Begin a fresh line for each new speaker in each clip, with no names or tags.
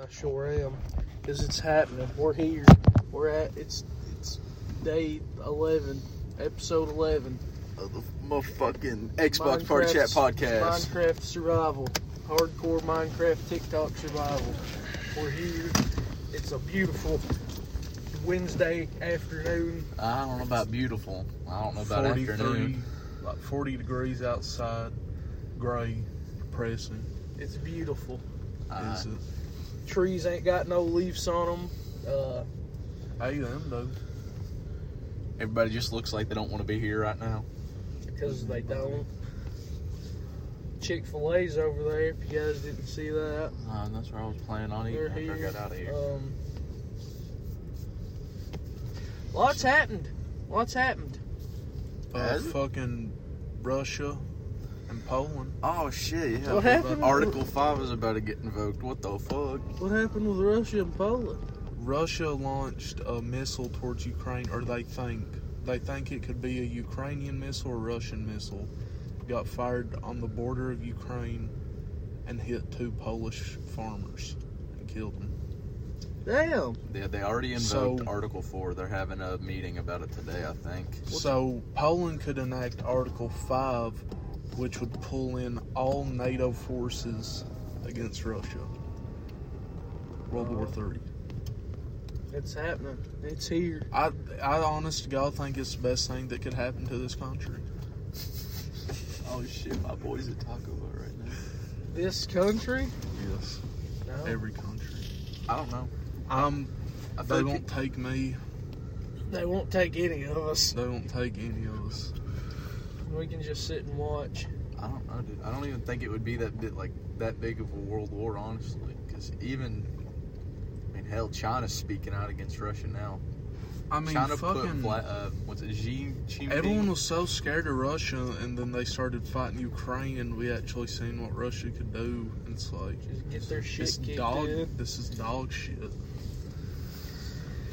I sure am, because it's happening. We're here. We're at it's it's day eleven, episode eleven.
of the motherfucking Xbox Party Chat
Minecraft's-
podcast.
Minecraft survival, hardcore Minecraft TikTok survival. We're here. It's a beautiful Wednesday afternoon.
I don't know about beautiful. I don't know about
43,
afternoon.
like 40 degrees outside, gray, depressing.
It's beautiful.
Uh,
Is it?
Trees ain't got no leaves on them. Uh,
Hey, them though.
everybody just looks like they don't want to be here right now.
because they don't. Chick Fil A's over there. If you guys didn't see that,
Uh, and that's where I was planning on eating
they're
after I
here.
got out of here.
Um, lots Um, happened. Lots happened.
Uh,
Has it?
fucking Russia and Poland.
oh shit! Yeah.
What happened?
Article Five is about to get invoked. What the fuck?
What happened with Russia and Poland?
Russia launched a missile towards Ukraine, or they think they think it could be a Ukrainian missile or Russian missile. Got fired on the border of Ukraine and hit two Polish farmers and killed them.
Damn.
They, they already invoked
So-
Article Four. They're having a meeting about it today, I think.
So Poland could enact Article 5, which would pull in all NATO forces against Russia. World War
Uh,
Three.
It's happening. It's here.
I, I honest to God think it's the best thing that could happen to this country.
Oh shit! My boy's at Taco Bell right now.
This country?
Yes,
No.
every country.
I don't know. Um,
I'm.
I
They
think
won't take me.
They won't take any of us.
They won't take any of us.
We can just sit and watch.
I don't know, dude. I don't even think it would be that bit like that big of a world war, honestly. Because even, I mean, hell, China's speaking out against Russia now.
I mean,
China put
fucking.
fla- uh, what's it, Xi Jinping?
Everyone was so scared of Russia, and then they started fighting Ukraine, and we actually seen what Russia could do. And it's like,
Just get their shit
This
kicked
dog.
in.
This is dog shit.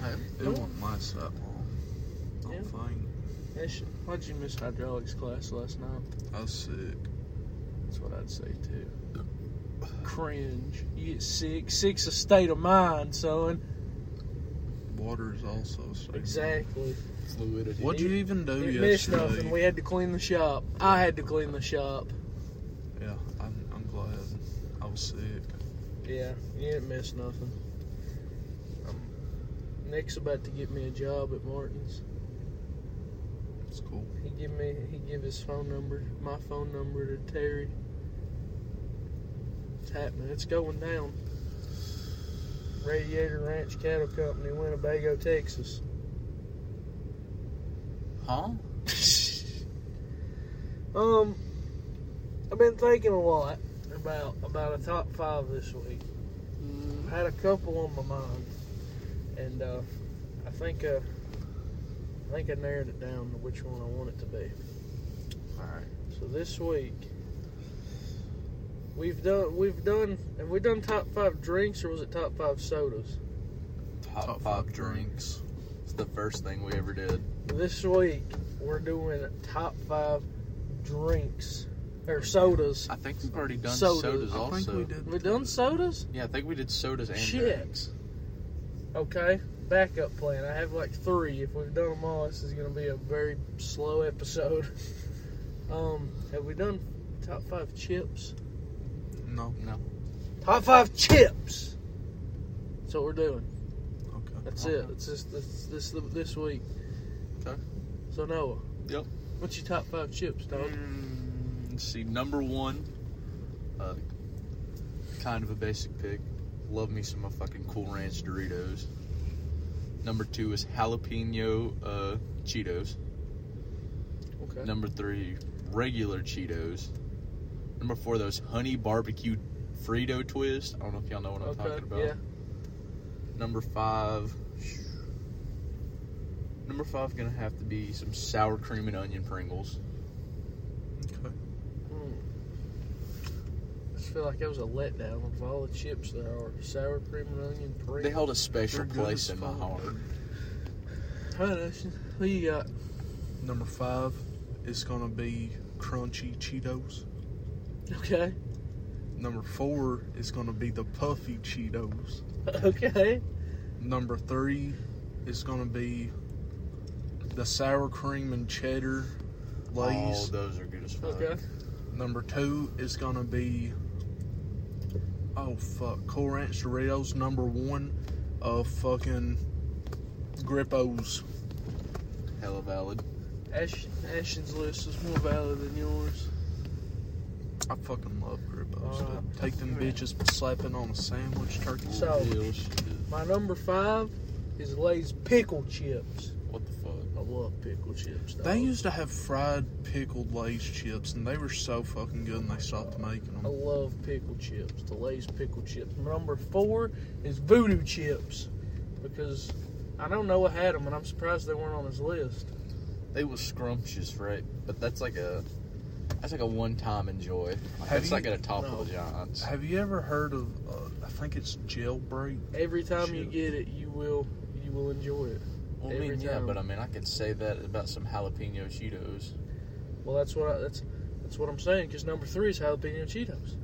Hey, it
Come
wasn't last that long. I'm
Yeah.
fine.
That shit- Why'd you miss hydraulics class last night?
I was sick.
That's what I'd say too. Cringe. You get sick. Sick's a state of mind, son.
Water is also sick.
Exactly.
fluidity.
What'd you even do
Didn't miss
yesterday?
nothing. We had to clean the shop. I had to clean the shop.
yeah, I'm, I'm glad. I was sick.
Yeah, you didn't miss nothing. Um, Nick's about to get me a job at Martin's.
It's cool.
He give me he give his phone number, my phone number to Terry. It's happening. It's going down. Radiator Ranch Cattle Company, Winnebago, Texas.
Huh?
um, I've been thinking a lot about about a top five this week. I had a couple on my mind, and uh, I think uh, I think I narrowed it down to which one I want it to be.
All right.
So this week we've done we've done have we done top five drinks or was it top five sodas?
Top, five, drinks. It's the first thing we ever did.
This week we're doing top five drinks or sodas.
I think we've already done
Sodas.
sodas,
I
also.
think we did.
We done sodas?
Yeah, I think we did sodas and
Shit.
drinks.
Okay. Backup plan. I have like three. If we've done them all, this is gonna be a very slow episode. um, have we done top five chips?
No.
Top five chips. That's what we're doing.
Okay.
That's it. That's this this this this week.
Okay.
So Noah.
Yep.
What's your top five chips, dog?
Mm, let's see. Number one, uh, kind of a basic pick. Love me some of my fucking Cool Ranch Doritos. Number two is jalapeno uh, Cheetos.
Okay.
Number three, regular Cheetos. Number four, those honey barbecue Frito twist. I don't know if y'all know what I'm
okay.
talking about.
Yeah.
Number five. Number five gonna have to be some sour cream and onion Pringles.
Okay.
Mm. I just feel like that was a letdown of all the chips there are. Sour cream and onion Pringles.
They held a special
They're good
place
as
in my
fuck.
heart.
Huh, Dustin? Who you got?
Number five is gonna be crunchy Cheetos.
Okay.
Number four is going to be the puffy Cheetos.
Okay.
Number three is going to be the sour cream and cheddar
All
Lay's.
those are good as fuck.
Okay.
Number two is gonna be oh fuck, Cool Ranch Doritos. Number one, uh, fucking Grippos.
Hella valid.
Ash, Ashton's list is more valid than yours.
I fucking love Grippos.
Alright.
dude. Take them bitches, slap it on a sandwich, turkey.
So-
Real Oh, shit.
My number five is Lay's pickle chips.
What the fuck?
I love pickle chips. Dog.
They used to have fried pickled Lay's chips, and they were so fucking good, and they stopped making
I
them.
love pickle chips. The Lay's pickle chips. My number four is voodoo chips because I don't know I had them, and I'm surprised they weren't on his list.
They was scrumptious, right? But that's like a that's like a one time enjoy. Like,
Have
that's
you-
like at a top
no.
of the Giants.
Have you ever heard of? Uh, I think it's jailbreak.
Every time you
Chips.
get it, you will you will enjoy it.
Well, I
every
mean, yeah,
time.
but I mean, I could say that about some jalapeno Cheetos.
Well, that's what I, that's that's what I'm saying. Because number three is jalapeno Cheetos.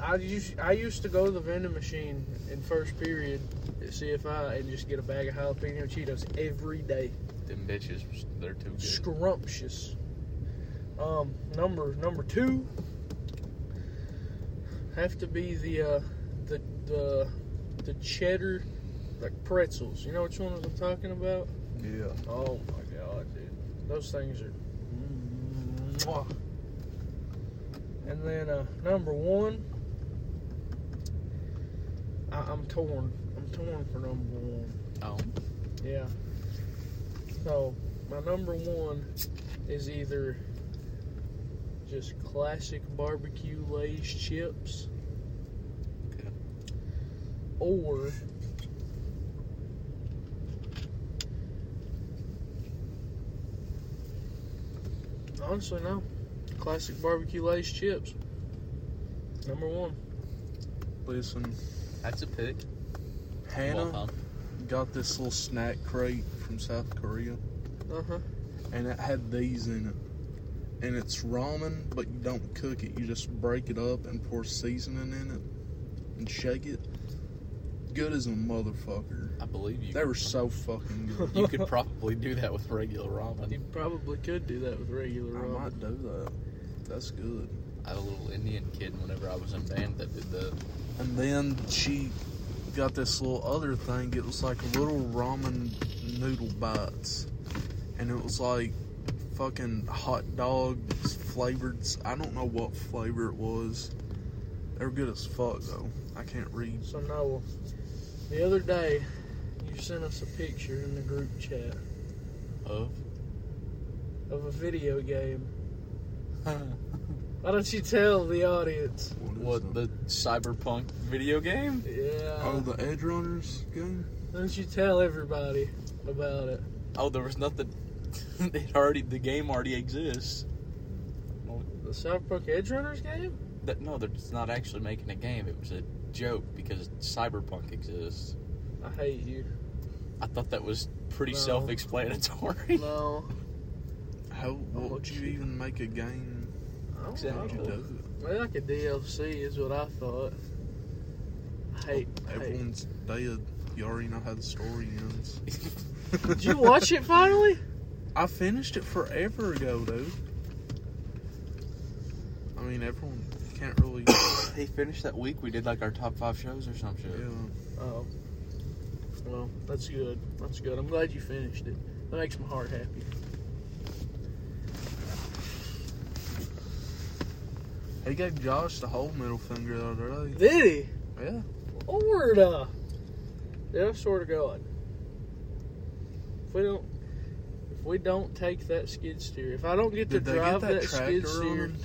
I, I used I used to go to the vending machine in first period at CFI and just get a bag of jalapeno Cheetos every day.
Them bitches, was- they're too good.
Scrumptious. Um, number number two have to be the uh, the the the cheddar like pretzels. You know which ones I'm talking about?
Yeah.
Oh my god, dude. Mm-hmm. Those things are. Mwah. And then uh, number one, I- I'm torn. I'm torn for number one.
Oh,
Yeah. So my number one is either just classic barbecue Lay's chips,
Okay.
or honestly no, classic barbecue Lay's chips. Number one.
Listen,
that's a pick.
Hannah
Well, um, Tom.
got this little snack crate from South Korea.
Uh huh.
and it had these in it. And it's ramen, but you don't cook it. You just break it up and pour seasoning in it and shake it. Good as a motherfucker.
I believe you.
They were so fucking good.
you could probably do that with regular
You
ramen.
probably could do that with regular
I
ramen.
might do that. That's good.
I had a little Indian kid whenever I was in band that did that.
And then she got this little other thing. It was like little ramen noodle bites. And it was like fucking hot dogs flavored. s- I don't know what flavor it was. They were good as fuck, though. I can't read.
So Noah, the other day you sent us a picture in the group chat
Of
of a video game. Why don't you tell the audience?
what the cyberpunk video game?
Yeah.
Oh, the Edge Runners game?
Why don't you tell everybody about it?
Oh, there was nothing. it already the game already exists.
The Cyberpunk Edge Runners game?
That no, they're just not actually making a game. It was a joke because cyberpunk exists.
I hate you.
I thought that was pretty
No.
self-explanatory.
No.
How what would you even make a game?
I don't
How'd you
know.
do it?
Maybe like a DLC is what I thought. I hate. I hate.
Everyone's dead. You already know how the story ends.
Did you watch it finally?
I finished it forever ago, dude. I mean, everyone can't really.
they finished that week. We did like our top five shows or some shit.
yeah.
Oh. Well, that's good. That's good. I'm glad you finished it. That makes my heart happy.
He gave Josh the whole middle finger the other day.
Did he?
Yeah.
Lord, uh, yeah, I swear to God, if we don't, if we don't take that skid steer, if I don't get to
Did they get
drive
that
that, skid
tractor on
steer,
them?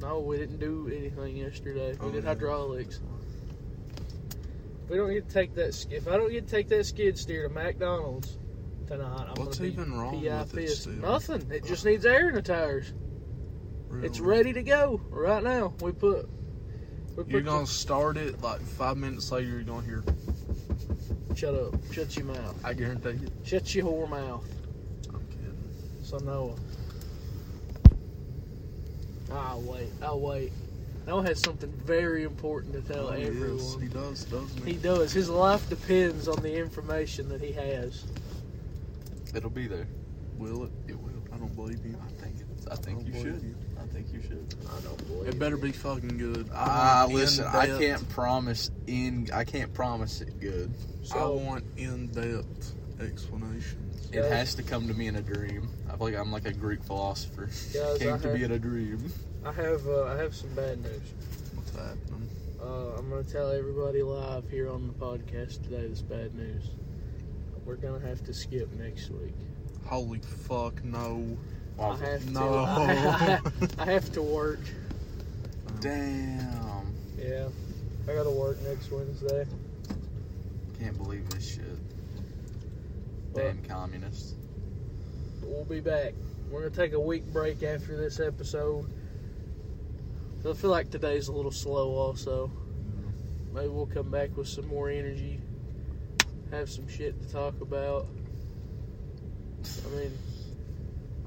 to, no, we didn't do anything yesterday. We
Oh,
did
yeah.
hydraulics. If we don't get to take that, sk- if I don't get to take that skid steer to McDonald's tonight, I'm
What's
gonna
even
be
wrong
PI
with it
pissed.
still?
Nothing. It just needs air in the tires.
Really.
It's ready to go right now. We put. We put
You're gonna start it like five minutes later. You're gonna hear.
the- shut up. Shut your mouth.
I guarantee it.
Shut your whore mouth.
I'm kidding.
So Noah. Ah wait, I'll wait. Al has something very important to tell
Oh, he
everyone.
is. He does, doesn't
He
he?
does. His life depends on the information that he has.
It'll be there.
Will it? It will. I don't believe you.
I think. It, I think
don't
you
believe
should.
you.
I think you should.
I don't believe
It better be fucking good.
Ah,
want
listen. I
uh,
in-depth-
can't promise in. I can't promise it good.
So-
I want in-depth explanations.
It
Guys.
has to come to me in a dream. I feel like I'm like a Greek philosopher.
Guys, I
Came to
had-
me in a dream.
I have uh, I have some bad news.
What's happening?
Uh, I'm gonna tell everybody live here on the podcast today this bad news. We're gonna have to skip next week.
Holy fuck! No.
I have to.
No.
I, have- I have to work.
Damn.
Yeah, I gotta work next Wednesday.
Can't believe this shit.
What?
Damn communists.
But we'll be back. We're gonna take a week break after this episode. I feel like today's a little slow, also. Maybe we'll come back with some more energy, have some shit to talk about. I mean,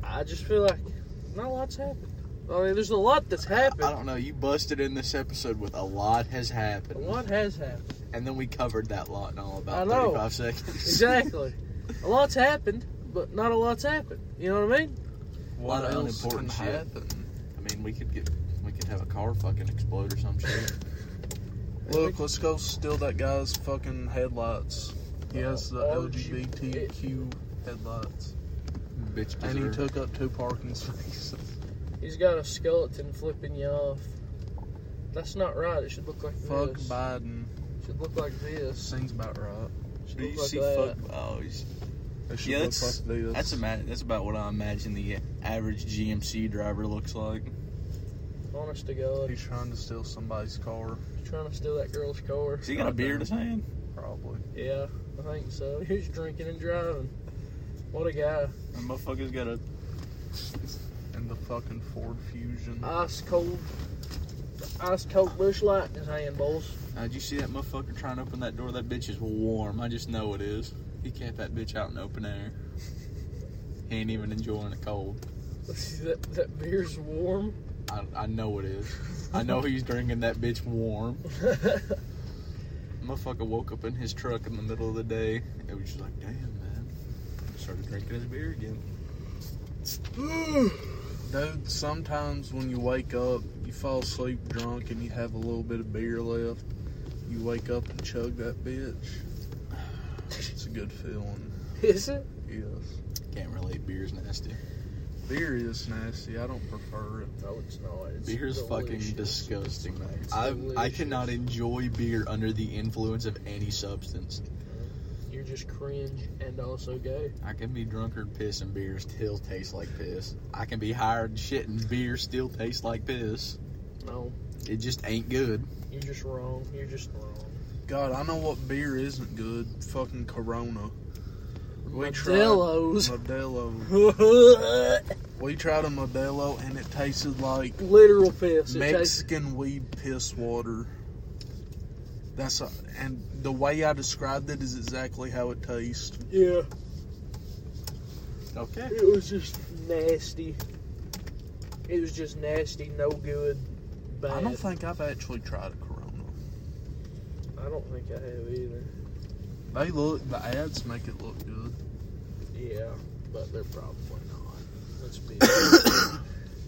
I just feel like not a lot's happened. I mean, there's a lot that's
I
happened.
don't know. You busted in this episode with a lot has
A
happened,
lot has happened.
and then we covered that lot in all
I
about
know.
35 seconds.
Exactly. a lot's happened, but not a lot's happened. You know what I mean?
Lot
What
of
else can
unimportant shit.
happen?
I mean, we could get, we could have a car fucking explode or some shit.
Look, let's go steal that guy's fucking headlights. He has the
Oh,
LGBTQ headlights.
Bitch
And he
deserve.
took up two parking spaces.
He's got a skeleton flipping you off. That's not right. It should look like
Fuck
this.
Biden.
Should look like this.
Seems about right.
Should
Do
look
you
like
see
that.
fuck? Oh, he's-
It should
yeah,
look
that's
like this.
that's, ima- that's about what I imagine the average GMC driver looks like.
Honest to God,
He's trying to steal somebody's car,
he's trying to steal that girl's car.
Has he got a
Right
beard
there.
in his hand?
probably.
Yeah, I think so. He was drinking and driving. What a guy!
That motherfucker's got a.
And the fucking Ford Fusion.
Ice cold, ice cold bush light in his hand, boys.
Uh, did you see that motherfucker trying to open that door? That bitch is warm. I just know it is. He kept that bitch out in open air. he ain't even enjoying the cold.
that that beer's warm.
I, I know it is. I know he's drinking that bitch warm. Motherfucker woke up in his truck in the middle of the day. It was just like, damn, man. Started drinking his beer again.
Dude, sometimes when you wake up, you fall asleep drunk and you have a little bit of beer left. You wake up and chug that bitch. It's a good feeling.
Is it?
Yes.
Can't relate. Beer's nasty.
Beer is nasty. I don't prefer it.
No, it's not. It's
Beer's fucking
delicious.
disgusting.
It's
I I
delicious.
cannot enjoy beer under the influence of any substance.
You're just cringe and also gay.
I can be drunk or piss and beer still tastes like piss. I can be higher than shit and beer still tastes like piss.
No,
It just ain't good.
you're just wrong. You're just wrong.
God, I know what beer isn't good. Fucking Corona. We tried-
Modelo's.
Modelo.
Literal
We tried a Modelo and it tasted like
piss. It tastes,
Mexican weed piss water. That's a, and the way I described it is exactly how it tastes.
yeah,
Okay.
it was just nasty. It was just nasty, no good, bad.
I don't think I've actually tried a Corona.
I don't think I have either.
They look the ads make it look good.
Yeah, but they're probably not. Let's be.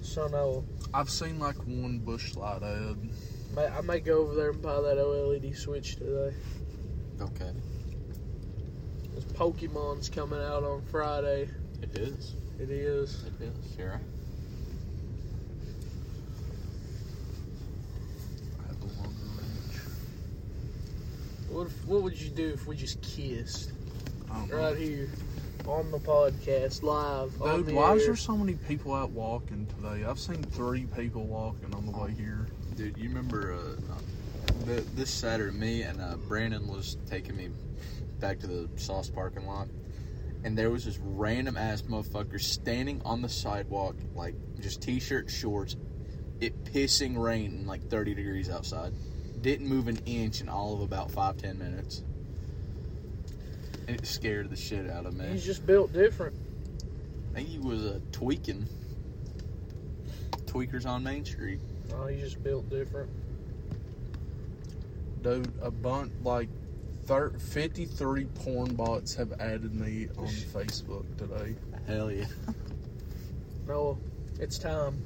so no,
I've seen like one Bush Light ad.
ma- I may go over there and buy that OLED switch today.
Okay.
This Pokemon's coming out on Friday.
It is.
It is.
It is. Sure.
I have a longer range.
What if, What would you do if we just kissed
I don't know.
right here on the podcast live? on
Dude,
Oh, the
why is
air?
there so many people out walking today? I've seen three people walking on the way here.
Dude, you remember uh, th- this Saturday, me and uh, Brandon was taking me back to the sauce parking lot, and there was this random ass motherfucker standing on the sidewalk, like just t-shirt, shorts, it pissing rain and like 30 degrees outside. Didn't move an inch in all of about five ten minutes. It scared the shit out of me.
He's just built different.
I think he was uh, tweaking. Tweakers on Main Street.
Oh, you just built different.
Dude, a bunch like thir- 53 porn bots have added me on Facebook today.
Hell yeah.
Noah, it's time.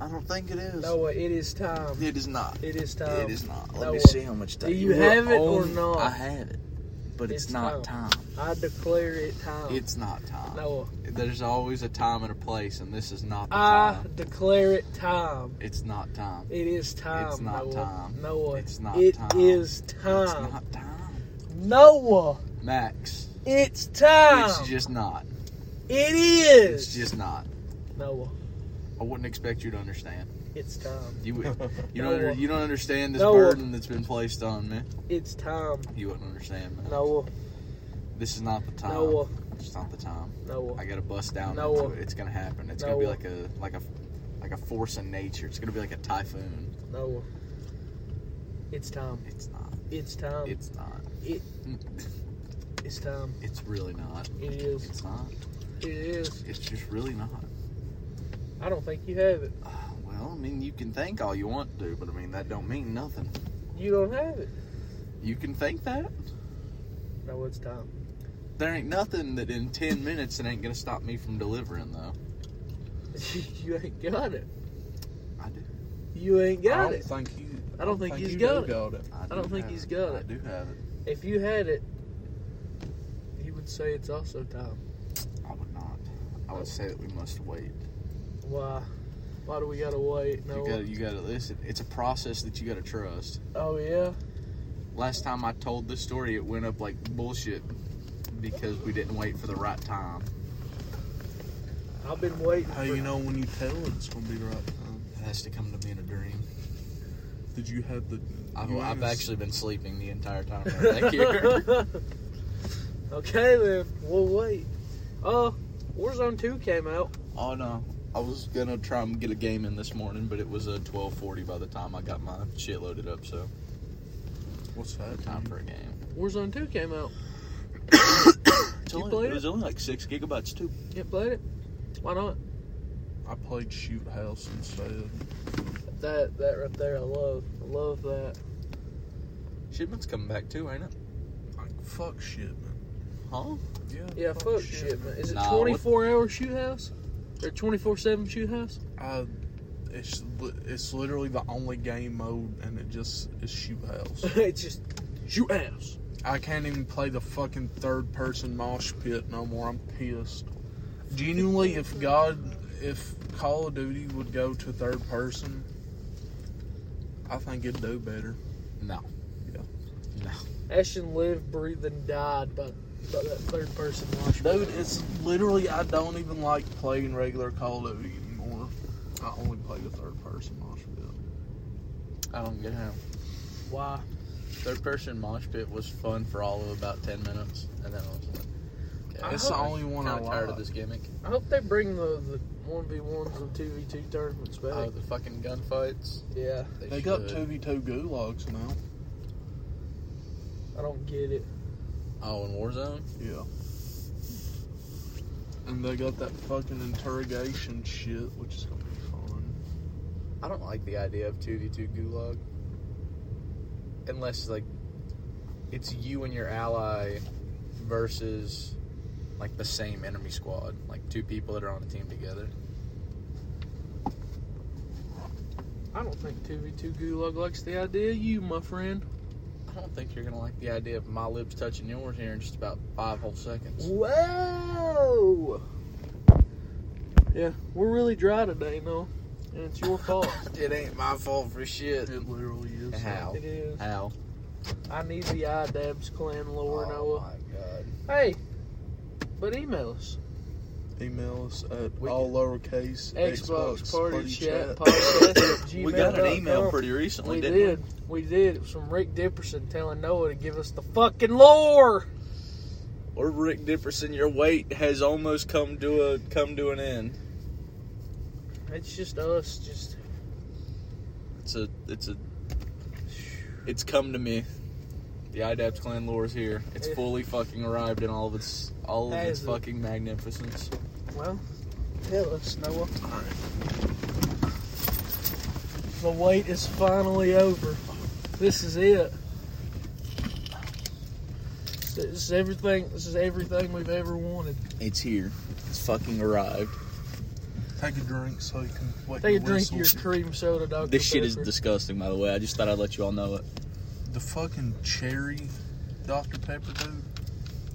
I don't think it is.
Noah, it is time.
It is not.
It is time.
It is not. Let
No,
me
what-
see how much
do
time.
you
were
have it or
on-
not?
I have it, but it's,
It's
not time.
I declare it time.
It's not time.
Noah,
There's always a time and a place, and this is not the
I
time.
declare it time.
It's not time.
It is time.
It's not
Noah.
time.
Noah,
It's not
it
time.
is
It's
time.
not time.
Noah,
Max,
it's time.
it's just not.
it is.
It's just not.
Noah,
I wouldn't expect you to understand.
it's time.
You would. You
Noah.
don't. under- You don't understand this
Noah.
burden that's been placed on me.
It's time.
You wouldn't understand, man.
Noah,
This is not the time.
Noah,
It's not the time.
Noah.
I gotta bust down.
Noah.
into it. It's gonna happen. It's gonna be
Noah.
like a like a like a force in nature. It's gonna be like a typhoon.
Noah. It's time.
It's not.
It's time.
It's not.
It- it's time.
It's really not.
It is.
It's not.
It is.
It's just really not.
I don't think you have it.
Uh, well, I mean, you can think all you want to, but I mean that don't mean nothing.
You don't have it.
You can think that.
No, it's time.
There ain't nothing that in ten minutes that ain't gonna stop me from delivering though.
you ain't got it.
I do.
You ain't
I
got
don't
it.
think you.
I don't think he's
you
got
do
it.
got it.
I don't
do
think
have
he's got it.
I do have it.
If you had it, he would say it's also time.
I would not. I would say that we must wait.
Why? Why do we gotta wait?
You
No.
gotta, you gotta listen. It's a process that you gotta trust.
Oh yeah.
Last time I told this story, it went up like bullshit because we didn't wait for the right time.
I've been waiting.
How
for-
you know when you tell it, it's gonna be the right time?
It has to come to me in a dream.
Did you have the?
I've,
you
I've
asked-
actually been sleeping the entire time. Thank you.
okay then. We'll wait. Uh, Warzone Two came out.
oh no, I was gonna try and get a game in this morning, but it was uh, twelve forty by the time I got my shit loaded up. So
What's that?
time for a game.
Warzone Two came out.
It's
You
only-
played
it
it?
was only like six gigabytes too.
You played it. Why not?
I played Shoot House instead.
That that right there. I love. I love that.
Shipment's coming back too, ain't it?
Like fuck shit, man.
Huh?
Yeah, fuck shit, man. Is it
Nah, what-
24 hour shoot house? Or 24 7 shoot house?
I, Uh, it's li- it's literally the only game mode, and it just is shoot house.
it's just shoot house.
I can't even play the fucking third person mosh pit no more. I'm pissed. Genuinely, if God, if Call of Duty would go to third person, I think it'd do better.
No.
Yeah.
No.
Ashton lived, breathed, and died by, by that third person watch.
Dude, it's literally I don't even like playing regular Call of Duty anymore. I only play the third person mosh pit.
I don't get how.
Why?
Third person mosh pit was fun for all of about ten minutes, and then I was like,
I
It's the
hope-
only one I
kind of
like.
tired of this gimmick.
I hope they bring the, the 1v1s and 2v2 tournaments back.
Oh, the fucking gunfights.
Uh, yeah,
They got
should.
two v two gulags now.
I don't get it.
Oh, in Warzone?
Yeah. And they got that fucking interrogation shit, which is gonna be fun.
I don't like the idea of 2v2 gulag. Unless, like, it's you and your ally versus, like, the same enemy squad. Like, two people that are on a team together.
I don't think 2v2 Gulag likes the idea of you, my friend.
I don't think you're gonna like the idea of my lips touching yours here in just about five whole seconds.
Whoa! Yeah, we're really dry today, no? And it's your fault.
It ain't my fault for shit.
It literally is.
How?
it is.
How?
I need the iDabs clan lore,
Oh
Noah.
my god.
Hey, but email us.
Email us at
We
all lowercase
Xbox, Party, Chat,
Podcast.
Podcast at
we got an
gmail.com.
email pretty recently,
We
didn't
did. We did. It was from Rick Dipperson telling Noah to give us the fucking lore.
we? Or Rick Dipperson, your wait has almost come to a come to an end.
It's just us. Just
It's a, it's a, it's come to me. The IDAPS clan lore is here. It's
Yeah.
fully fucking arrived in all of its, all of its
Has it?
fucking magnificence.
well, tell us, Noah.
All right.
The wait is finally over. This is it. This is everything. This is everything we've ever wanted.
It's here. It's fucking arrived.
Take a drink so you can wet
Take a
your
drink of
whistle.
your cream soda, Dr.
This shit is
Pepper.
disgusting, by the way. I just thought I'd let you all know it.
the fucking cherry Dr. Pepper, dude.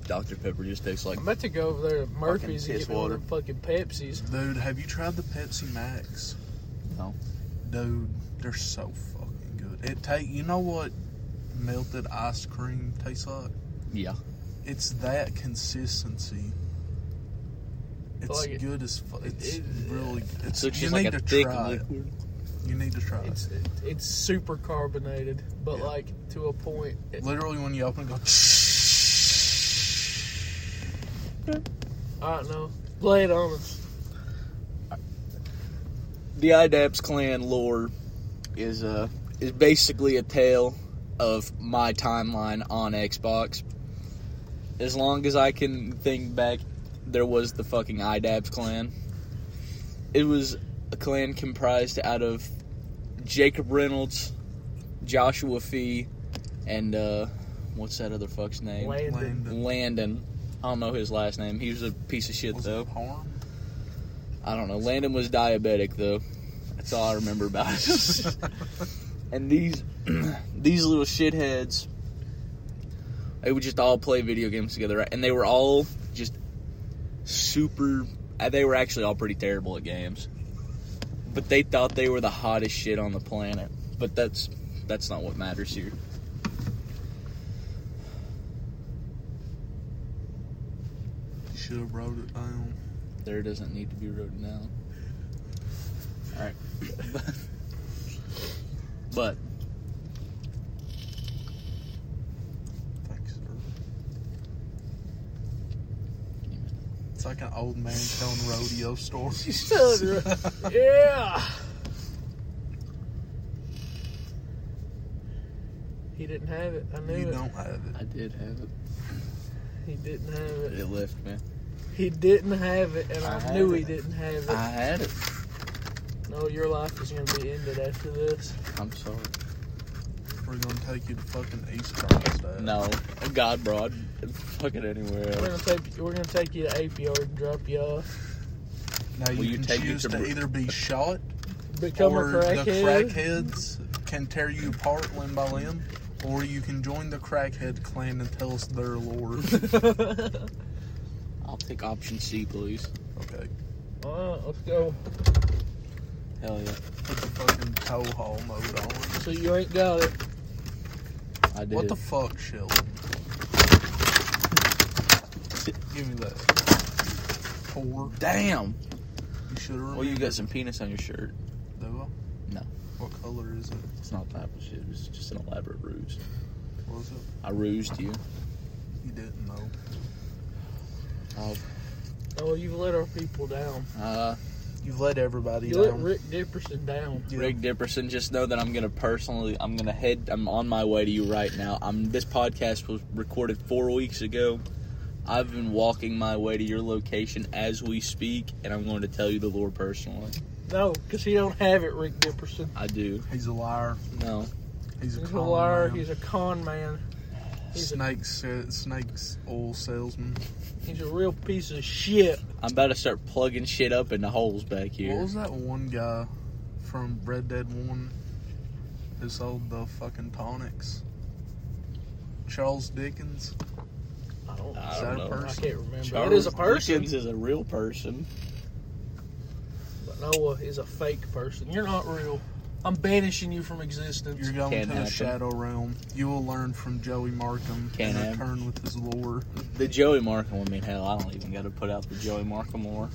Dr. Pepper just tastes like
I'm about to go over there to Murphy's and
piss
get me one
water.
of them fucking Pepsis.
Dude, have you tried the Pepsi Max?
No.
Dude, they're so fucking good. It take you know what melted ice cream tastes like?
yeah.
It's that consistency. It's
Like it-
good as fuck. It's
it-
really. It's
So it's
you
just
need
like a
to
thick
try it.
liquid.
You need to try it.
It's it's super carbonated, but
Yeah.
like to a point. It-
Literally, when you open, it, go.
I don't know. Play it on us.
the IDAPS clan lore is uh is basically a tale of my timeline on Xbox. As long as I can think back, there was the fucking IDAPS clan. It was a clan comprised out of Jacob Reynolds, Joshua Fee, and uh what's that other fuck's name?
Landon.
Landon.
Landon. I don't know his last name. He was a piece of shit
Was
though.
it harm?
I don't know. Landon was diabetic though. That's all I remember about it. and these these little shitheads, they would just all play video games together, right? and they were all just super. uh, They were actually all pretty terrible at games, but they thought they were the hottest shit on the planet. But that's that's not what matters here.
You should have wrote it down.
There doesn't need to be written down. All right, but
Thanks, sir. It's like an old man telling rodeo stories.
yeah. He didn't have it. I knew
You
it.
don't have it.
I did have it.
He didn't have it.
It left me.
He didn't have it, and I,
I had
knew he
it.
didn't have it.
I had it.
no, your life is gonna be ended after this.
I'm sorry.
We're gonna take you to fucking East Carlsbad.
No, Oh, God, bro, I'd fuck it anywhere
We're
else.
gonna take we're gonna take you to APR and drop you off.
Now you
Will you
can
take me
choose
to
to,
Bru-
either be shot
Become
or
a crackhead.
the crackheads can tear you apart limb by limb, or you can join the crackhead clan and tell us their lore.
I'll take option C, please.
okay.
Alright, let's go.
Hell yeah,
Put the fucking toe haul mode on.
So you ain't got it.
I did.
What the fuck, Shell? Give me that. Four.
Damn.
You should have
Well, you got some penis on your shirt.
Do I?
No.
What color is it?
It's not that shit. It was just an elaborate ruse.
What is it?
I rused you.
You didn't know.
Oh,
Oh, you've let our people down.
uh,
You've let everybody
You let
down.
Rick Dipperson down.
Yeah.
Rick Dipperson, just know that I'm gonna personally, I'm gonna head, I'm on my way to you right now. I'm. This podcast was recorded four weeks ago. I've been walking my way to your location as we speak, and I'm going to tell you the lore personally.
No, because he don't have it, Rick Dipperson.
I do.
He's a liar.
No.
He's a,
He's a
con
liar.
man.
He's a con man. He's a,
snake sa- snake's oil salesman.
he's a real piece of shit.
I'm about to start plugging shit up in the holes back
What
here.
was that one guy from Red Dead One who sold the fucking tonics? Charles Dickens.
I don't.
I
I,
Is that
don't know.
a person?
can't remember.
Charles
it is a person,
Dickens is a real person.
but Noah is a fake person. You're not real. I'm banishing you from existence.
You're going
Can't
to
happen.
the shadow realm. You will learn from Joey Markham
Can't
and
happen.
return with his lore.
The Joey Markham. I mean, hell, I don't even got to put out the Joey Markham lore.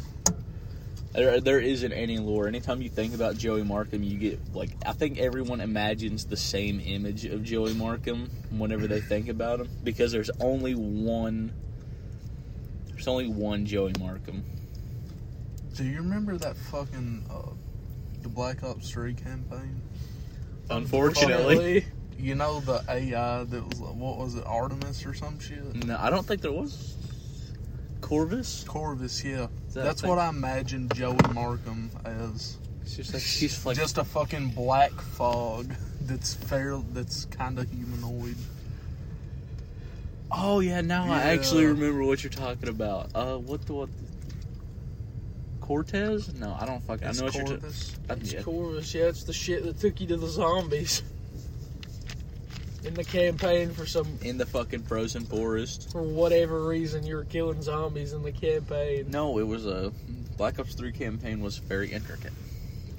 There, there isn't any lore. Anytime you think about Joey Markham, you get like I think everyone imagines the same image of Joey Markham whenever they think about him because there's only one. There's only one Joey Markham.
Do you remember that fucking uh, the Black Ops Three campaign?
Unfortunately,
You know the AI that was like, what was it Artemis or some shit?
no, I don't think there was Corvus.
Corvus, yeah.
Is that a
That's
thing?
what I imagine Joey Markham as.
It's just like she's like
just a fucking black fog that's fair. That's kind of humanoid.
Oh yeah, now I
Yeah.
actually remember what you're talking about. Uh, what the what? Cortez? No, I don't fucking. I
It's
know what you're talking.
Corvus.
It's
Yeah.
Corvus, yeah, it's the shit that took you to the zombies. In the campaign for some
In the fucking frozen forest.
for whatever reason you were killing zombies in the campaign.
No, it was a Black Ops Three campaign was very intricate.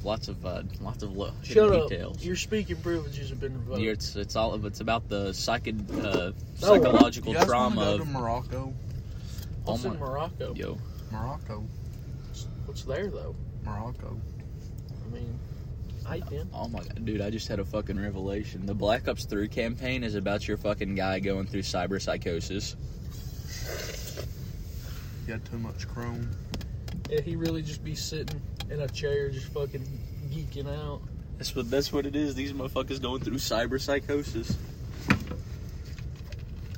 Lots of uh, lots of lo-
Shut
hidden
up.
details.
Your speaking privileges have been revoked.
Yeah, it's it's all it's about the psych- uh, psychological
Oh, You guys
trauma
wanna go
of
to Morocco?
What's
oh
in
my-
Morocco?
yo.
Morocco,
What's there though?
Morocco.
I mean, I did.
Oh my god, dude! I just had a fucking revelation. The Black Ops Three campaign is about your fucking guy going through cyber psychosis.
You got too much chrome.
Yeah, he really just be sitting in a chair, just fucking geeking out.
That's what that's what it is. These motherfuckers going through cyber psychosis.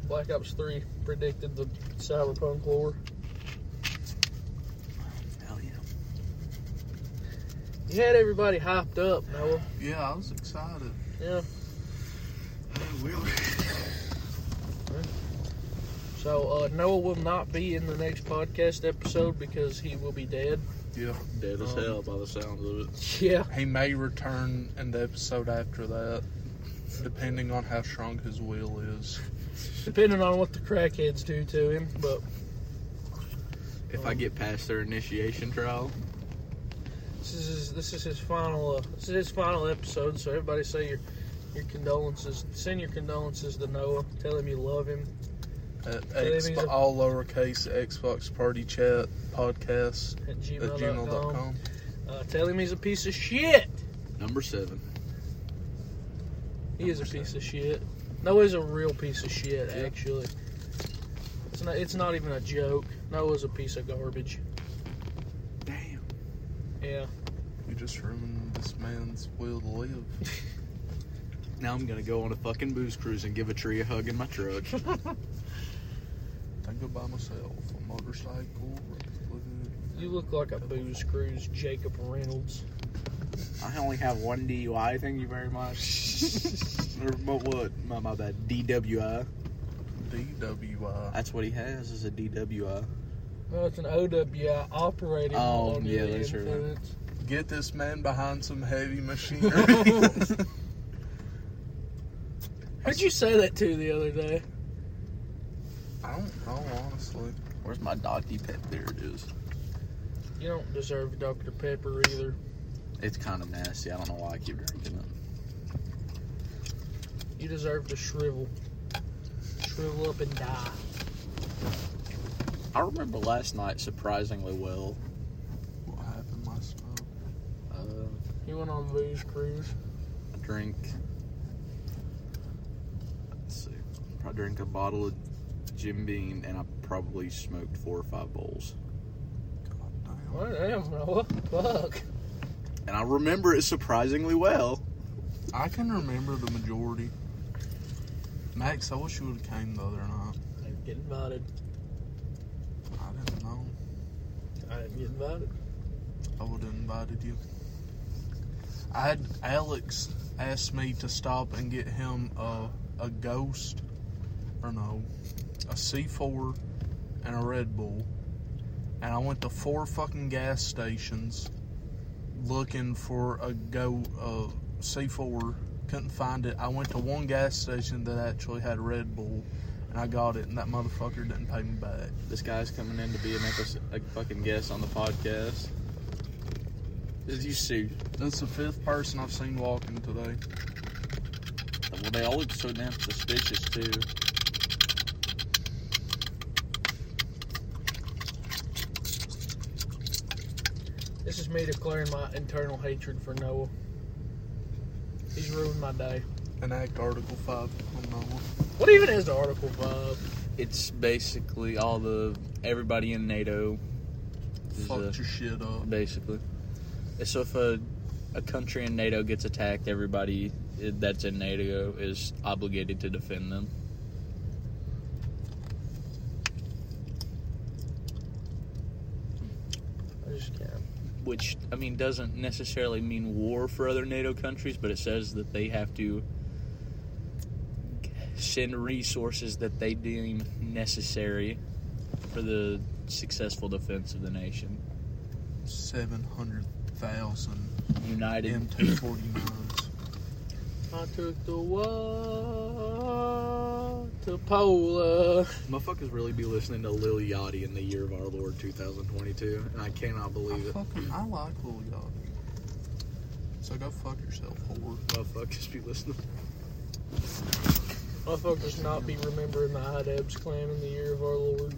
Black Ops Three predicted the cyberpunk lore.
Hell yeah.
You had everybody hyped up, Noah.
Yeah, I was excited.
Yeah.
We were-
So uh, Noah will not be in the next podcast episode because he will be dead.
Yeah.
Dead as
Um,
hell by the sounds of it.
Yeah.
He may return in the episode after that, depending on how strong his will is.
Depending on what the crackheads do to him, but
If I get past their initiation trial,
this is his, this is his final uh, this is his final episode. So everybody say your your condolences. Send your condolences to Noah. Tell him you love him.
At
that
X-
means a-
all lowercase Xbox Party Chat podcast
at
at
gmail.com.
gmail.com.
Uh, tell him he's a piece of shit.
number seven.
He is a piece of shit. Noah's a real piece of shit,
Yeah.
actually. It's not, it's not even a joke. Noah's a piece of garbage.
Damn.
Yeah.
You just ruined this man's will to live.
Now I'm gonna go on a fucking booze cruise and give a tree a hug in my truck.
Think about myself, a motorcycle.
You look like a booze cruise Jacob Reynolds.
I only have one DUI. Thank you very much. or but what? My, my bad. DWI.
DWI.
That's what he has is a DWI.
Well, it's an OWI operating
Oh,
while under
yeah,
the
that's right.
influence.
Get this man behind some heavy machinery.
Who'd you say that to the other day?
I don't know, honestly.
Where's my doggy pet? There it is.
You don't deserve Dr. Pepper either.
It's kind of nasty. I don't know why I keep drinking it.
You deserve to shrivel. Shrivel up and die.
I remember last night surprisingly well.
What happened last night?
Uh,
You went on a booze cruise.
I drink. Let's see. I drank a bottle of Jim Beam and I probably smoked four or five bowls.
God damn.
What am Noah? Fuck.
And I remember it surprisingly well.
I can remember the majority. Max, I wish you would have came the other night.
I'd get invited.
I didn't know.
I'd get invited.
I would have invited you. I had Alex asked me to stop and get him a, a ghost, or no, a C4 and a Red Bull. And I went to four fucking gas stations looking for a go uh, C4. Couldn't find it. I went to one gas station that actually had Red Bull, and I got it. And that motherfucker didn't pay me back.
This guy's coming in to be an episode, a fucking guest on the podcast. Did you see?
That's the fifth person I've seen walking today.
Well, they all look so damn suspicious too.
This is me declaring my internal hatred for Noah. He's ruined my day.
enact Article 5 on Noah.
What even is Article 5?
It's basically all the everybody in NATO. is,
Fucked
uh,
your shit up.
basically. So if a a country in NATO gets attacked, everybody that's in NATO is obligated to defend them.
I just can't.
which I mean doesn't necessarily mean war for other NATO countries, but it says that they have to send resources that they deem necessary for the successful defense of the nation.
Seven hundred thousand
United
M two forty nines.
I took the war to Pola.
Motherfuckers really be listening to Lil Yachty in the year of our Lord 2022, and I cannot
I
believe it.
fucking I like Lil Yachty. So go fuck yourself, whore.
Motherfuckers be listening.
Motherfuckers not be remembering the Idebs clan in the year of our Lord.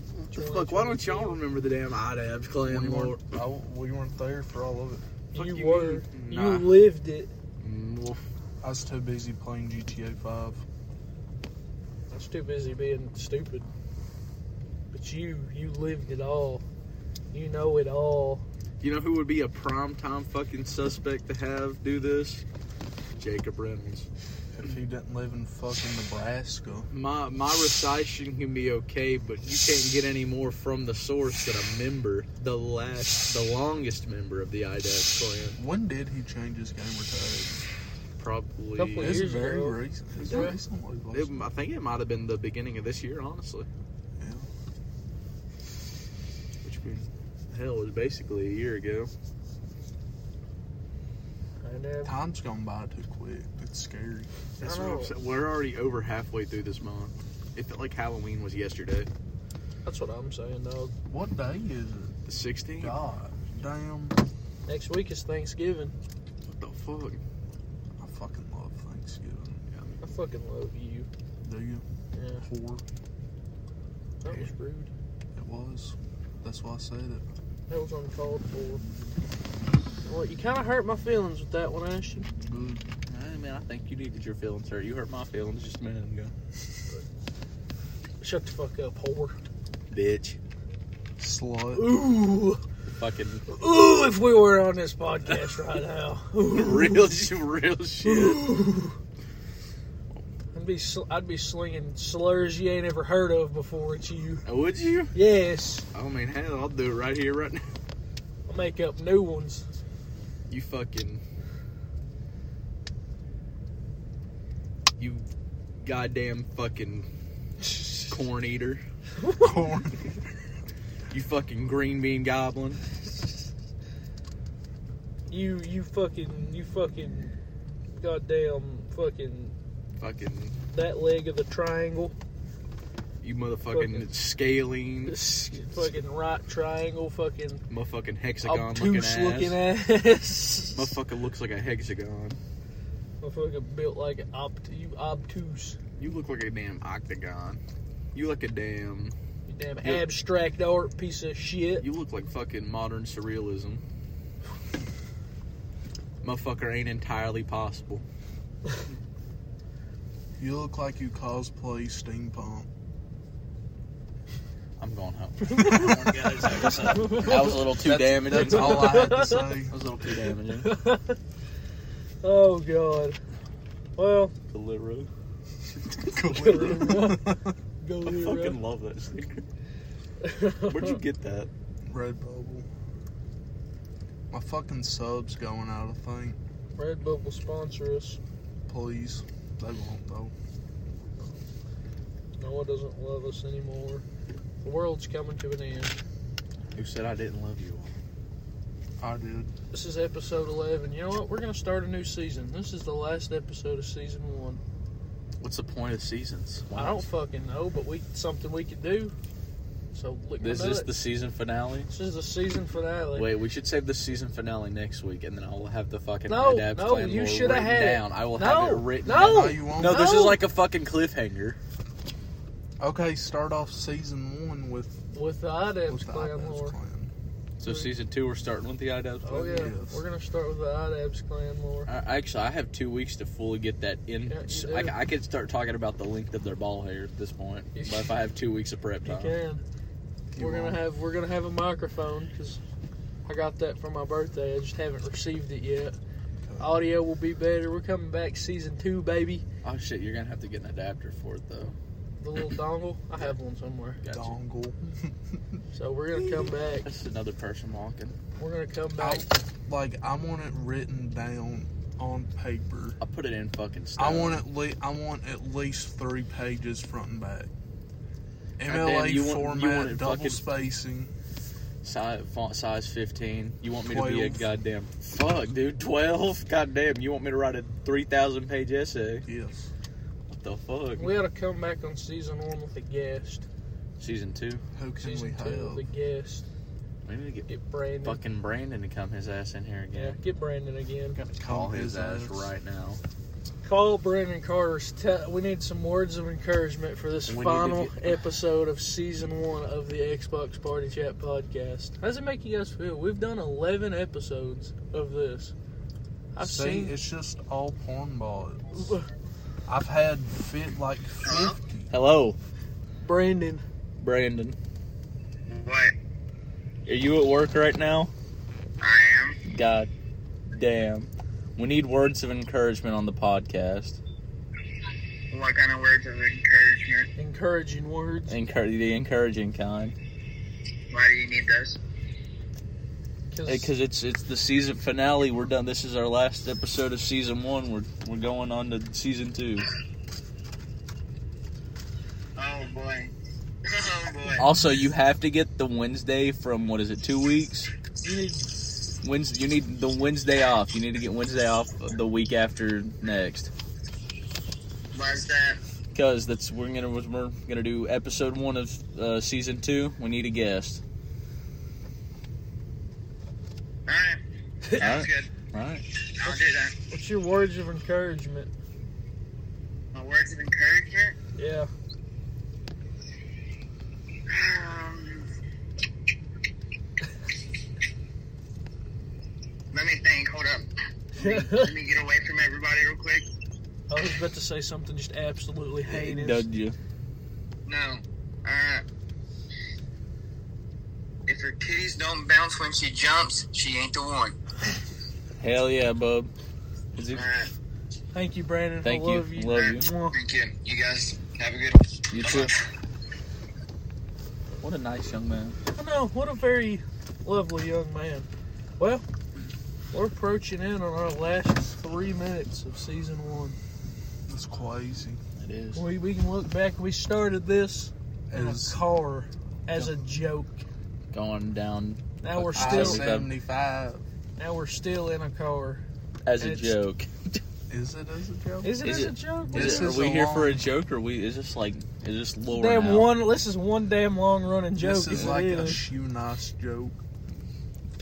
Fuck, why don't y'all remember the damn IDABs
We
clan? Lord?
weren't, I, we weren't there for all of it.
Fuck
You
you
were.
mean?
You
Nah.
lived it.
Mm, well,
I was too busy playing GTA Five.
I was too busy being stupid. But you, you lived it all. You know it all.
You know who would be a prime time fucking suspect to have do this? Jacob Reynolds.
If he didn't live in fucking Nebraska,
My my recitation can be okay, but you can't get any more from the source than a member, the last, the longest member of the IDAS clan,
when did he change his gamer tag?
probably.
Couple
It's
years
very
ago.
recent. It's
Yeah.
recently.
It,
wasn't
I think it might have been the beginning of this year, honestly.
Yeah.
Which means, hell, it was basically a year ago.
I know.
it? Time's gone by too quick. It's scary.
That's
I
what
know.
I'm saying. We're already over halfway through this month. It felt like Halloween was yesterday.
That's what I'm saying, dog.
What day is it?
The 16th?
God damn.
Next week is Thanksgiving.
What the fuck?
I fucking love Thanksgiving.
I fucking love you.
Do you?
Yeah,
Whore.
that was rude.
It was. That's why I said it.
That was uncalled for. Well, you kind of hurt my feelings with that one, Ashton.
Good.
Hey man, I think you needed your feelings hurt. You hurt my feelings just a minute ago.
Shut the fuck up, whore.
Bitch.
Slut.
Ooh,
Fucking
ooh! If we were on this podcast right now, ooh,
real sh- real shit.
ooh. I'd be sl- I'd be slinging slurs you ain't ever heard of before at you.
Oh, Would you?
Yes,
I mean, hell, I'll do it right here, right now.
I make up new ones.
You fucking. You goddamn fucking corn eater.
Corn.
You fucking green bean goblin.
You you fucking you fucking goddamn fucking
Fucking.
that leg of the triangle.
You motherfucking
Fucking-
scaling.
This fucking right triangle, fucking
Motherfucking hexagon looking
obtuse
ass.
looking ass.
Motherfucker looks like a hexagon.
Motherfucker built like an obt- you obtuse.
You look like a damn octagon. You look a damn.
You damn
Yeah.
abstract art piece of shit.
You look like fucking modern surrealism. Motherfucker ain't entirely possible.
You look like you cosplay steampunk.
I'm going home. Oh That was a little too damaging.
That's all I had to say.
That was a little too damaging.
Oh god. Well,
Calero.
go
I fucking love that sticker. Where'd you get that?
Red bubble. My fucking sub's going out, I think.
Red Bull sponsor us.
Please. They won't, though.
Noah doesn't love us anymore. The world's coming to an end.
Who said I didn't love you?
I did.
This is episode 11. You know what? We're going to start a new season. This is the last episode of season 1.
What's the point of seasons?
I don't fucking know, but we something we could do. So look
Is this the season finale?
This is the season finale.
Wait, we should save the season finale next week, and then I will have the fucking
No,
Adabs
no,
clan
you
lore
shoulda
written
had it.
down. I will
No,
have it written.
no.
down.
No, you won't.
no, This is
No.
like a fucking cliffhanger.
Okay, start off season one with,
With the
with
IDAPS
the
clan
Idaho
lore.
clan.
So season two, we're starting with the Idabs.
Oh yeah,
Yes.
we're gonna start with the IDAPS clan lore.
I, actually, I have two weeks to fully get that in.
Yeah, you
so
do.
I, I could start talking about the length of their ball hair at this point.
You
But if I have two weeks of prep
You
time,
can.
You
we're
won't.
gonna have we're gonna have a microphone because I got that for my birthday. I just haven't received it yet. Audio will be better. We're coming back season two, baby.
oh shit, you're gonna have to get an adapter for it though.
the little dongle. I have one somewhere.
Gotcha.
Dongle.
So we're gonna come back.
That's another person walking.
We're gonna come back.
I, like I want it written down on paper.
I'll put it in fucking style.
I want at le- I want at least three pages front and back.
damn,
MLA
you want- you
format,
want it
double
fucking-
spacing.
size, font size 15. You want me to be a
12.
goddamn fuck, dude? 12? Goddamn, you want me to write a 3,000 page essay?
Yes.
What the fuck?
We ought to come back on season one with a guest.
Season 2.
Who can we
Season two
have?
with a guest.
We need to get
Get Brandon.
fucking Brandon to come his ass in here
Yeah,
again.
get Brandon again.
Gotta call his ass right now.
Call Brandon Carter's. Te- we need some words of encouragement for this
We need to
final
get-
episode of season one of the Xbox Party Chat podcast. How does it make you guys feel? We've done 11 episodes of this. I've
See,
seen.
it's just all porn balls. I've had fit like fifty.
Hello,
Brandon,
Brandon.
What?
Are you at work right now?
I am?
God damn. We need words of encouragement on the podcast.
What kind of words of encouragement?
encouraging words.
Encour- the encouraging kind.
Why do you need those?
because it's it's the season finale. We're done. This is our last episode of season one. We're we're going on to season two.
Oh boy. Oh boy.
Also, you have to get the Wednesday from what is it? Two weeks.
you need
Wednesday. You need the Wednesday off. You need to get Wednesday off the week after next.
Why's that?
Cause that's we're gonna we're gonna do episode one of uh, season two. We need a guest.
Alright. Sounds
Alright.
good.
All right.
I'll do that.
What's your words of encouragement?
My words of encouragement?
Yeah.
Um, let me think. Hold up. Let
I
me get away from everybody real quick.
was about to say something just absolutely heinous.
Dud you.
No. Alright. If her titties don't bounce when she jumps, she ain't the one.
Hell yeah, bub. Is it?
Alright.
Thank you, Brandon.
Thank
I
you.
love you.
Love you.
Mwah.
Thank you. You guys have a good
You too. What a nice young man.
I know. What a very lovely young man. Well, we're approaching in on our last three minutes of season one.
It's crazy.
It is.
We, we can look back. We started this in a
As
car as a joke.
Going down
Now we're
I
still
seventy five.
now we're still in a car.
as a
It's-
joke.
Is it as a joke?
Is it
Is
as a
it-
joke?
This
Is it,
is
are we
a
here for a
long-
joke or we is this like is this lore
damn
now?
one. This is one damn long running joke.
This is
isn't
like
it?
a shoe nice joke.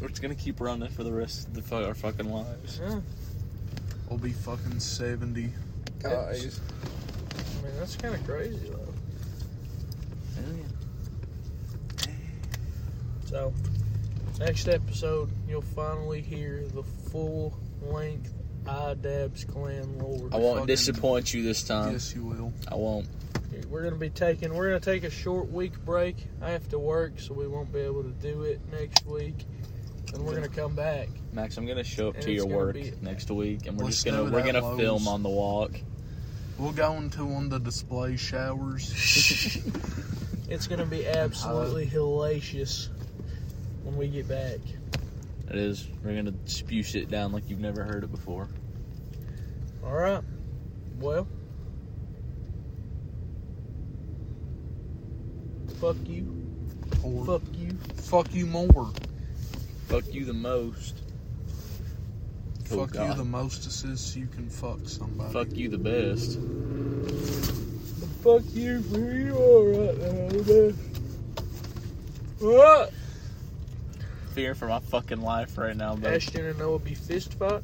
We're just gonna keep running for the rest of the, fu- our fucking lives.
Yeah.
I'll be fucking seventy.
Guys. I mean, that's kind of crazy, though. So, next episode, you'll finally hear the full length Idabs Clan lore.
I won't
Fucking-
disappoint you this time.
Yes, you will.
I won't.
We're gonna be taking we're gonna take a short week break. I have to work, so we won't be able to do it next week. And we're gonna come back.
Max, I'm gonna show up
And
to
it's
your
gonna
work
be-
next week and we're
Let's
just gonna
do it
we're
at
gonna
Lowe's.
film on the walk.
We'll go into one of the display showers.
It's gonna be absolutely hellacious when we get back.
It is we're gonna spew shit down like you've never heard it before.
All right. Well, fuck you.
or
Fuck you.
fuck you
Oh,
more.
Fuck you the most. Oh,
fuck you
God.
the most assists you can fuck somebody.
Fuck you the best.
Fuck you for you all right now, man. What?
Fear for my fucking life right now, but
Ashton and I will be fist fight.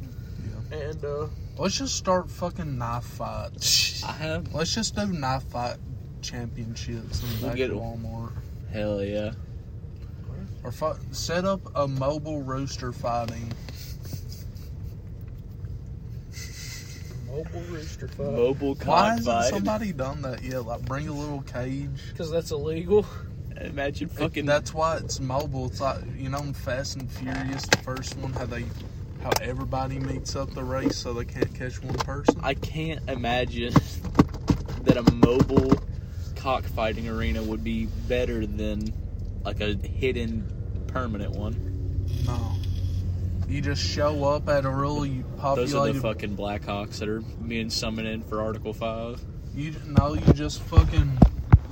And uh,
Let's just start fucking knife fights.
I have
Let's just do knife fight championships and
We'll
back
get
to
it.
Walmart.
hell yeah.
Or fu- set up a mobile rooster fighting.
mobile rooster fight.
Mobile
Uh, Why hasn't
cockfight.
somebody done that yet? Like bring a little cage.
Because that's illegal.
Imagine
It-
fucking
that's why it's mobile. It's like you know in Fast and Furious, the first one, how they how everybody meets up the race so they can't catch one person.
I can't imagine that a mobile cockfighting arena would be better than like a hidden permanent one.
No. You just show up at a really
Those are the
populated.
fucking Blackhawks that are being summoned in for Article Five.
you no, you just fucking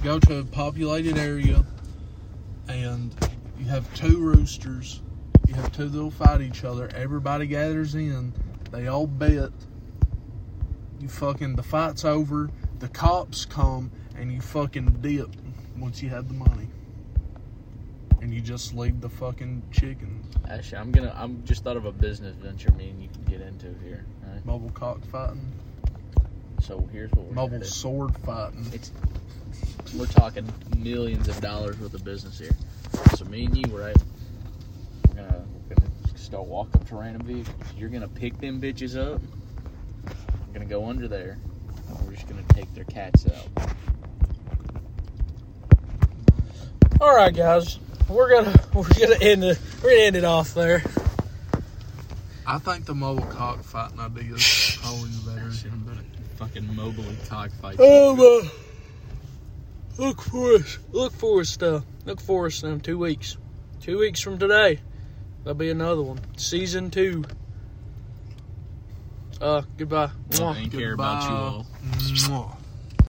go to a populated area, and you have two roosters. You have two that'll fight each other. Everybody gathers in. They all bet. You fucking the fight's over. The cops come and you fucking dip once you have the money. And you just leave the fucking chicken
Actually, I'm gonna. I'm just thought of a business venture. Me and you can get into here. All right.
mobile cockfighting,
So here's what we're
mobile
gonna do.
sword fighting.
We're talking millions of dollars worth of business here. So me and you, right? We're gonna, we're gonna start walking up to random vehicles. You're gonna pick them bitches up. We're gonna go under there. and We're just gonna take their cats out.
All right, guys, we're gonna we're gonna end it. We're gonna end it off there.
I think the mobile cockfighting idea is probably better than
Fucking mobile and cockfight.
Um, uh, look for us. Look for us. Uh, look for us in two weeks. Two weeks from today, there'll be another one. Season two. Uh, goodbye. Mwah.
Oh,
I don't care about you all.
better. mm, Mwah.